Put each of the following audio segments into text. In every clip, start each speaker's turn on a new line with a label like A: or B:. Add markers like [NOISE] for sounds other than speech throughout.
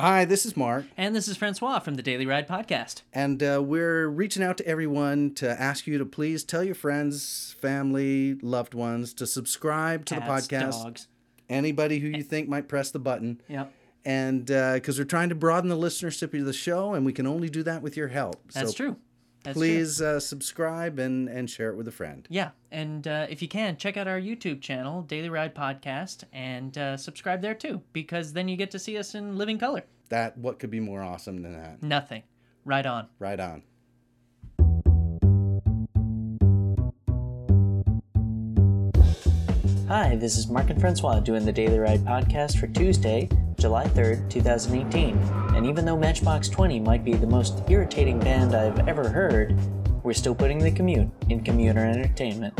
A: Hi, this is Mark,
B: And this is Francois from the Daily Ride Podcast.
A: and uh, we're reaching out to everyone to ask you to please tell your friends, family, loved ones to subscribe to
B: Cats, Eh.
A: the podcast.
B: Dogs.
A: Anybody who you think might press the button.
B: Yep.
A: And because we're trying to broaden the listenership of the show, and we can only do that with your help.
B: That's
A: so
B: true. That's true.
A: Please uh, subscribe and, and share it with a friend.
B: Yeah. And uh, if you can, check out our YouTube channel, Daily Ride Podcast, and uh, subscribe there too, because then you get to see us in living color.
A: That what could be more awesome than that?
B: Nothing. Right on.
A: Right on.
C: Hi, this is Mark and Francois doing the Daily Ride podcast for Tuesday, July 3rd, 2018. And even though Matchbox 20 might be the most irritating band I've ever heard, we're still putting the commute in commuter entertainment.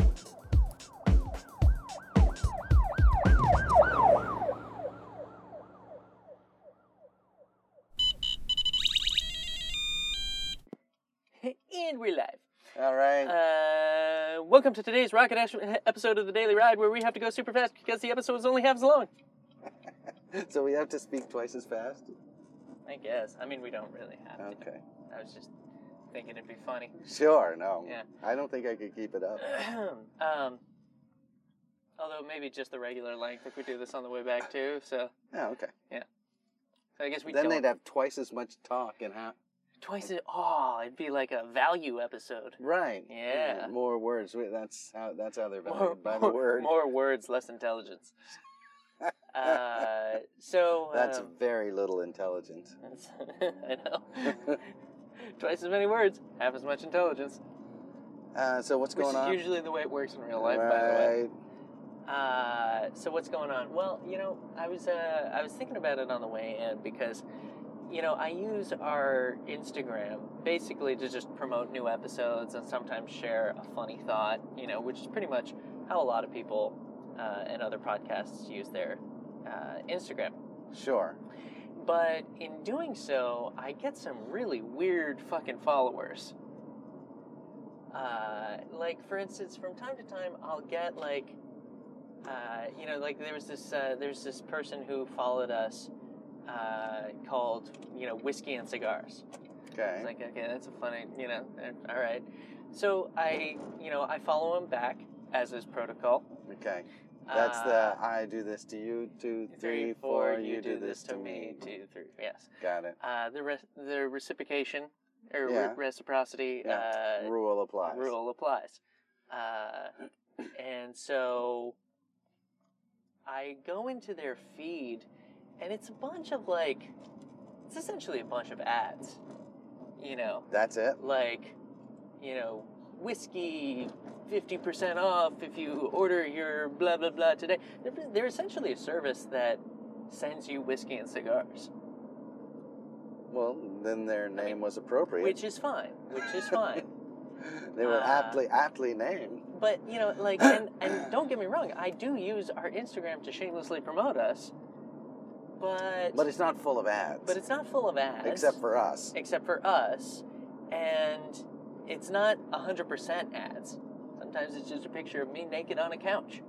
C: And we're live.
D: All right.
C: Uh, welcome to today's Rocket Ash episode of the Daily Ride, where we have to go super fast because the episode is only half as long.
D: so we have to speak twice as fast.
C: I guess. I mean, we don't really have to.
D: Okay.
C: I was just thinking it'd be funny. [CLEARS THROAT]
D: Sure. No.
C: Yeah.
D: I don't think I could keep it up.
C: um, although maybe just the regular length if we do this on the way back too. So,
D: Oh, okay.
C: so I guess we
D: then
C: don't.
D: they'd have twice as much talk and half.
C: twice as oh, it'd be like a value episode.
D: Right.
C: Yeah.
D: More words. We- That's how. That's how they're valued
C: More,
D: by
C: more-
D: the word.
C: more words,
D: [LAUGHS]
C: less intelligence. uh, so
D: that's
C: um,
D: very little intelligence.
C: That's, [LAUGHS] I know. [LAUGHS] Twice as many words, half as much intelligence.
D: Uh, so what's
C: Which
D: going
C: is
D: on?
C: usually the way it works in real life, by the way.
D: Right.
C: Uh, so what's going on? Well, you know, I was uh, I was thinking about it on the way in because, you know, I use our Instagram basically to just promote new episodes and sometimes share a funny thought. You know, which is pretty much how a lot of people uh, and other podcasts use their uh, Instagram.
D: Sure.
C: But in doing so, I get some really weird fucking followers. Uh, like, for instance, from time to time, I'll get like, uh, you know, like there was this uh, there's this person who followed us uh, called you know whiskey and cigars.
D: Okay.
C: It's like okay, that's a funny, you know, eh, all right. So I, you know, I follow him back as is protocol.
D: okay. That's
C: Uh,
D: the I do this to you. Two, three, four. You do this to me.
C: Two, three. Yes.
D: Got it.
C: Uh, the re- the reciprocation or re-
D: Yeah.
C: reciprocity
D: Yeah.
C: uh,
D: Rule applies.
C: rule applies, uh, and so I go into their feed, and it's a bunch of like, it's essentially a bunch of ads, you know,
D: That's it.
C: like, you know, whiskey. 50% off if you order your blah blah blah today. They're, they're essentially a service that sends you whiskey and cigars.
D: Well, then their name
C: mean,
D: was appropriate.
C: Which is fine. Which is fine.
D: [GASPS] they were
C: uh,
D: aptly aptly named.
C: but you know, like, and and don't get me wrong, I do use our Instagram to shamelessly promote us. But
D: But it's not full of ads.
C: but it's not full of ads.
D: except for us.
C: except for us, and it's not hundred percent ads. Sometimes it's just a picture of me naked on a couch,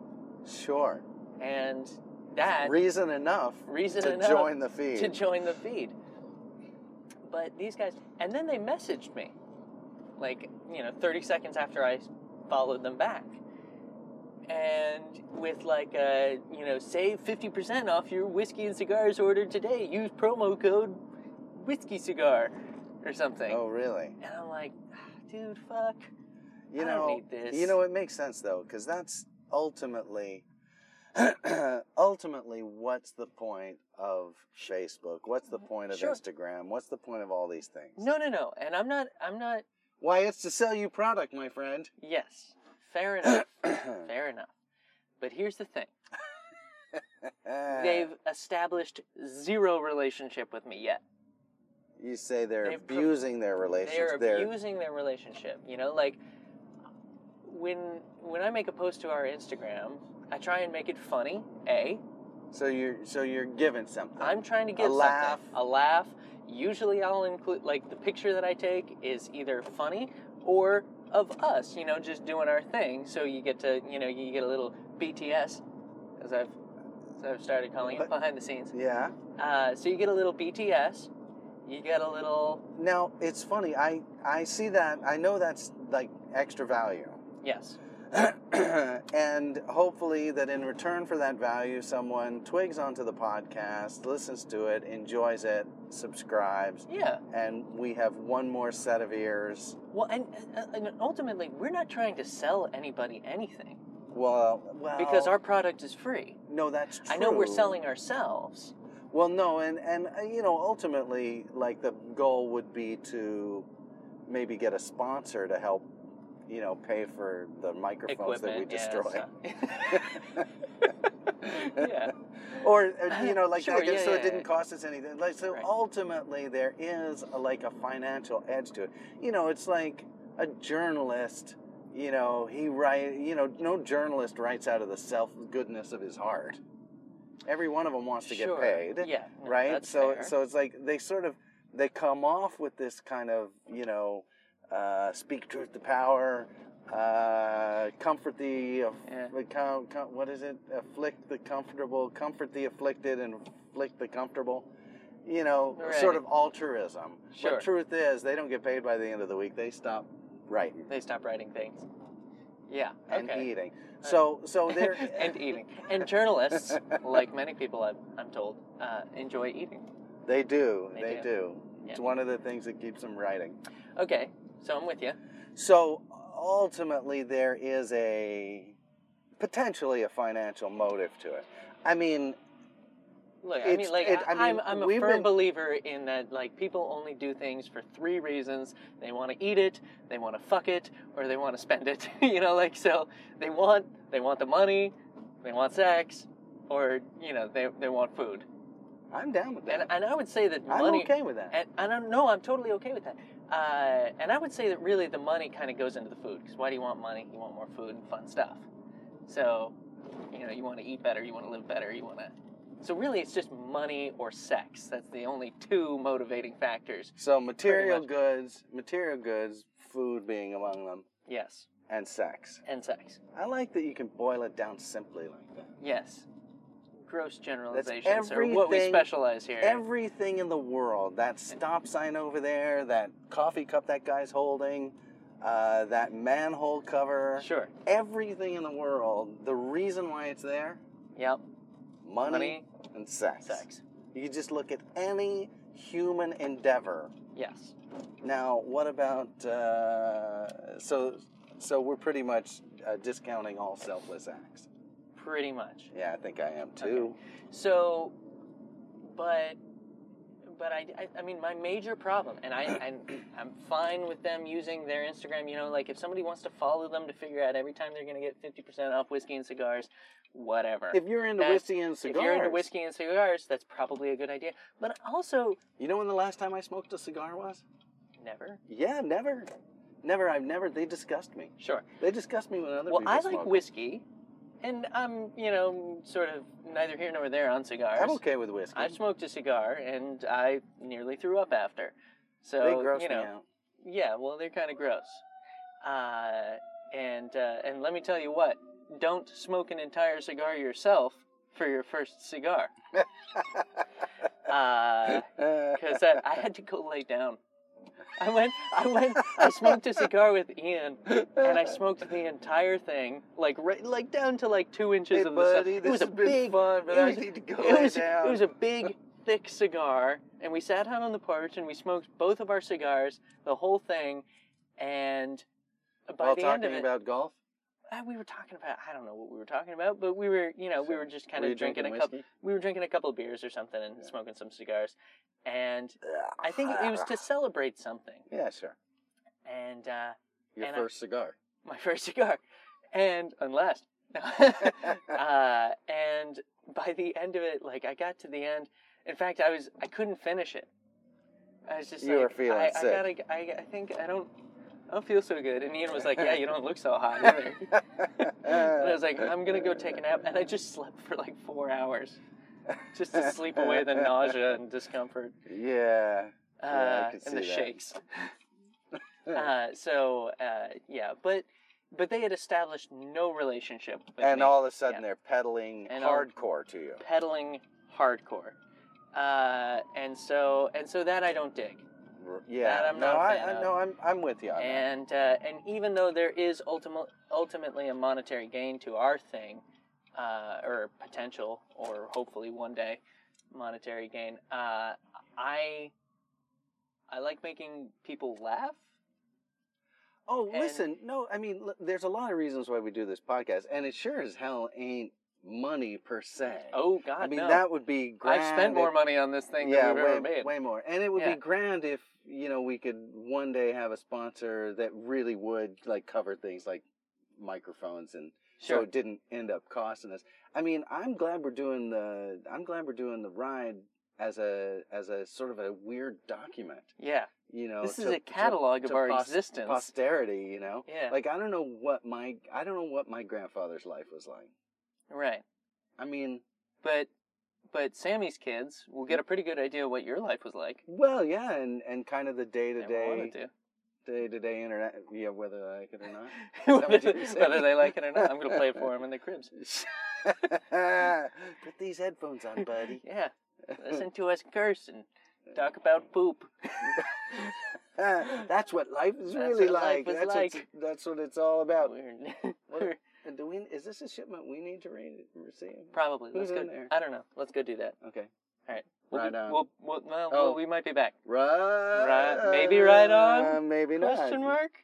D: Sure.
C: and that
D: Reason enough
C: reason
D: to
C: enough
D: join the feed.
C: to join the feed. But these guys, and then they messaged me, like you know, thirty seconds after I followed them back, and with like a you know, save fifty percent off your whiskey and cigars order today. Use promo code whiskey cigar or something.
D: oh, really?
C: And I'm like, "Ah, dude, fuck.
D: You
C: I
D: know.
C: don't need this.
D: You know, it makes sense though, because that's ultimately, [CLEARS THROAT] ultimately, what's the point of Facebook? What's the point of
C: Sure.
D: Instagram? What's the point of all these things?
C: No, no, no. And I'm not. I'm not.
D: Why, it's to sell you product, my friend.
C: Yes, fair enough. fair enough. But here's the thing.
D: Eh,
C: They've established zero relationship with me yet.
D: you say they're
C: they've pro-
D: abusing their
C: They're
D: relationship.
C: abusing their relationship. You know, like when when I make a post to our Instagram, I try and make it funny. A,
D: so you're so you're given something.
C: I'm trying to get something.
D: laugh.
C: a laugh. Usually, I'll include like the picture that I take is either funny or of us. You know, just doing our thing. So you get to you know you get a little BTS, as I've I've started calling it
D: But-
C: behind the scenes.
D: Yeah.
C: Uh, so you get a little BTS, you get a little
D: Now it's funny. I I see that. I know that's like extra value,
C: yes,
D: [CLEARS THROAT] and hopefully that in return for that value, someone twigs onto the podcast, listens to it, enjoys it, subscribes,
C: yeah.
D: and we have one more set of ears.
C: Well, and, uh, and and ultimately, we're not trying to sell anybody anything
D: Well, well
C: because our product is free.
D: no, that's true.
C: I know we're selling ourselves.
D: Well, no, and and uh, you know, ultimately, like the goal would be to maybe get a sponsor to help, you know, pay for the microphones that we
C: Equipment, yeah,
D: destroy. [LAUGHS]
C: it's not- [LAUGHS] yeah.
D: or
C: [LAUGHS]
D: uh, you know, like
C: Sure,
D: that,
C: yeah,
D: so
C: yeah,
D: it didn't
C: yeah.
D: cost us anything. Like so,
C: Right.
D: ultimately, there is a, like a financial edge to it. You know, it's like a journalist. You know, he write. You know, no journalist writes out of the self goodness of his heart. Every one of them wants to get
C: Sure.
D: paid
C: Yeah. no,
D: right?
C: that's
D: So
C: fair.
D: so it's like they sort of they come off with this kind of you know uh, speak truth to power, uh, comfort the aff-
C: Yeah.
D: the com, com, what is it? Afflict the comfortable, comfort the afflicted, and afflict the comfortable. You know, sort
C: Right.
D: of altruism.
C: Sure.
D: But truth is, they don't get paid by the end of the week. They stop writing
C: they stop writing things. Yeah.
D: and Oh,
C: okay.
D: eating. So so they're
C: [LAUGHS]
D: [LAUGHS]
C: and eating. And journalists, like many people, I'm, I'm told, uh, enjoy eating.
D: they do
C: They
D: they,
C: do.
D: do. It's
C: Yeah.
D: one of the things that keeps them writing.
C: Okay, so I'm with you.
D: So ultimately, there is a potentially a financial motive to it. I mean,
C: Look, I
D: It's-
C: mean, like,
D: it-
C: I
D: I
C: am
D: mean,
C: I'm a
D: we've
C: firm
D: been-
C: believer in that, like, people only do things for three reasons they want to eat it, they want to fuck it, or they want to spend it. [LAUGHS] you know, like, so they want, they want the money, they want sex, or, you know, they, they want food.
D: I'm down with
C: And,
D: that.
C: and I would say that
D: I'm
C: money.
D: okay with that.
C: And, and I don't know, I'm totally okay with that. Uh, and I would say that really the money kind of goes into the food. Because why do you want money? You want more food and fun stuff. So, you know, you want to eat better, you want to live better, you want to. So really, it's just money or sex. That's the only two motivating factors.
D: so material
C: much.
D: goods, material goods, food being among them,
C: Yes,
D: and sex.
C: and sex.
D: I like that you can boil it down simply like that.
C: Yes. Gross generalizations are what we
D: everything-
C: specialize here.
D: Everything in the world, that stop sign over there, that coffee cup that guy's holding, uh, that manhole cover,
C: sure.
D: everything in the world, the reason why it's there,
C: Yep.
D: money,
C: Money,
D: and
C: sex.
D: You just look at any human endeavor.
C: Yes.
D: Now, what about uh, so? So we're pretty much uh, discounting all selfless acts.
C: Pretty much.
D: Yeah, I think I am too.
C: So, but, but I, I, I mean, my major problem, and I, I'm, I'm fine with them using their Instagram. You know, like if somebody wants to follow them to figure out every time they're going to get fifty percent off whiskey and cigars, whatever.
D: If you're into
C: That's-
D: whiskey and
C: If
D: cigars,
C: you're into whiskey and cigars, that's probably a good idea. But also,
D: you know when the last time I smoked a cigar was?
C: never.
D: Yeah, never, never. I've never. They disgust me.
C: Sure.
D: They disgust me when other
C: Well,
D: people
C: I like
D: smoke.
C: whiskey, and I'm, you know, sort of neither here nor there on cigars.
D: I'm okay with whiskey.
C: I've smoked a cigar, and I nearly threw up after. So
D: they gross
C: you know,
D: me out.
C: Yeah, well, they're kind of gross. Uh, and uh, and let me tell you what: don't smoke an entire cigar yourself for your
D: [LAUGHS]
C: first cigar, because that I had to go lay down. I went, I went, I smoked a cigar with Ian, and
D: [LAUGHS]
C: I smoked the entire thing, like right, like down to like two inches
D: Hey,
C: of
D: buddy,
C: the
D: this
C: stuff. It was a
D: has been
C: big
D: fun, but
C: it
D: I
C: was-
D: need to go
C: it
D: lay
C: was,
D: down.
C: It was a big, thick cigar, and we sat out on the porch and we smoked both of our cigars, the whole thing, and by
D: While
C: the
D: talking
C: end of it,
D: about golf,
C: uh, we were talking about I don't know what we were talking about, but we were you know we
D: So,
C: were just kind
D: were you
C: of drinking, a couple
D: whiskey?
C: we were drinking a couple of beers or something and
D: Yeah.
C: smoking some cigars, and I think it was
D: [SIGHS]
C: to celebrate something,
D: Ah, Yeah, sure.
C: and uh,
D: Your
C: And I-
D: first
C: [LAUGHS]
D: cigar.
C: my first cigar, and unless. [LAUGHS]
D: [LAUGHS]
C: uh, and by the end of it, like I got to the end. In fact, I was I couldn't finish it. I was just
D: You
C: like,
D: were feeling
C: I,
D: sick.
C: I gotta. I, I think I don't. I don't feel so good. And Ian was like, "Yeah, you don't
D: [LAUGHS]
C: look so hot either." and I was like, "I'm gonna go take a nap," and I just slept for like four hours, just to sleep away the nausea and discomfort
D: Yeah.
C: uh,
D: Yeah, I could [LAUGHS]
C: and the
D: see that.
C: shakes. uh, so uh, yeah, but But they had established no relationship. With
D: and
C: me.
D: all of a sudden
C: Yeah.
D: they're peddling
C: And all-
D: hardcore to you.
C: peddling hardcore. Uh, and so and so that I don't dig.
D: R- Yeah,
C: That I'm
D: no,
C: not a
D: I,
C: fan
D: I
C: of.
D: no, I'm I'm with you on that.
C: And uh, and even though there is ultimate, ultimately a monetary gain to our thing, uh, or potential, or hopefully one day, monetary gain. Uh, I I like making people laugh.
D: Oh,
C: And-
D: listen, no, I mean, l- there's a lot of reasons why we do this podcast, and it sure as hell ain't money per se.
C: Oh God,
D: I mean,
C: no!
D: that would be grand.
C: I've spent more
D: if-
C: money on this thing
D: yeah,
C: than we've
D: way,
C: ever made.
D: way more. And it would
C: Yeah.
D: be grand if, you know, we could one day have a sponsor that really would, like, cover things like microphones and so
C: sure.
D: it didn't end up costing us. I mean, I'm glad we're doing the I'm glad we're doing the ride as a as a sort of a weird document,
C: yeah,
D: you know.
C: this is
D: to-
C: a catalog
D: to
C: of our
D: pos-
C: existence.
D: posterity, you know.
C: yeah,
D: Like I don't know what my I don't know what my grandfather's life was like.
C: right.
D: I mean,
C: But but Sammy's kids will get a pretty good idea what your life was like.
D: well, yeah, and and kind of the day to
C: They wanted
D: day
C: to.
D: day to day internet, yeah, whether I like it or not.
C: [LAUGHS]
D: that what you were saying?
C: Whether they like it or not, I'm gonna play it for them in the cribs.
D: [LAUGHS] Put these headphones on, buddy. [LAUGHS]
C: Yeah, listen to us curse and talk about poop.
D: that's what life is
C: That's
D: really
C: what life
D: like.
C: was
D: that's
C: like.
D: What, that's what it's all about.
C: We're-
D: [LAUGHS] What-
C: [LAUGHS] we're-
D: And do we? Is this a shipment we need to read, receive?
C: probably.
D: Who's
C: Let's go.
D: in there?
C: I don't know. Let's go do that.
D: Okay.
C: We'll
D: Right
C: be,
D: on.
C: We'll, we'll, well,
D: Oh.
C: well, we might be back.
D: Right.
C: Right- maybe right on?
D: maybe not.
C: Question mark?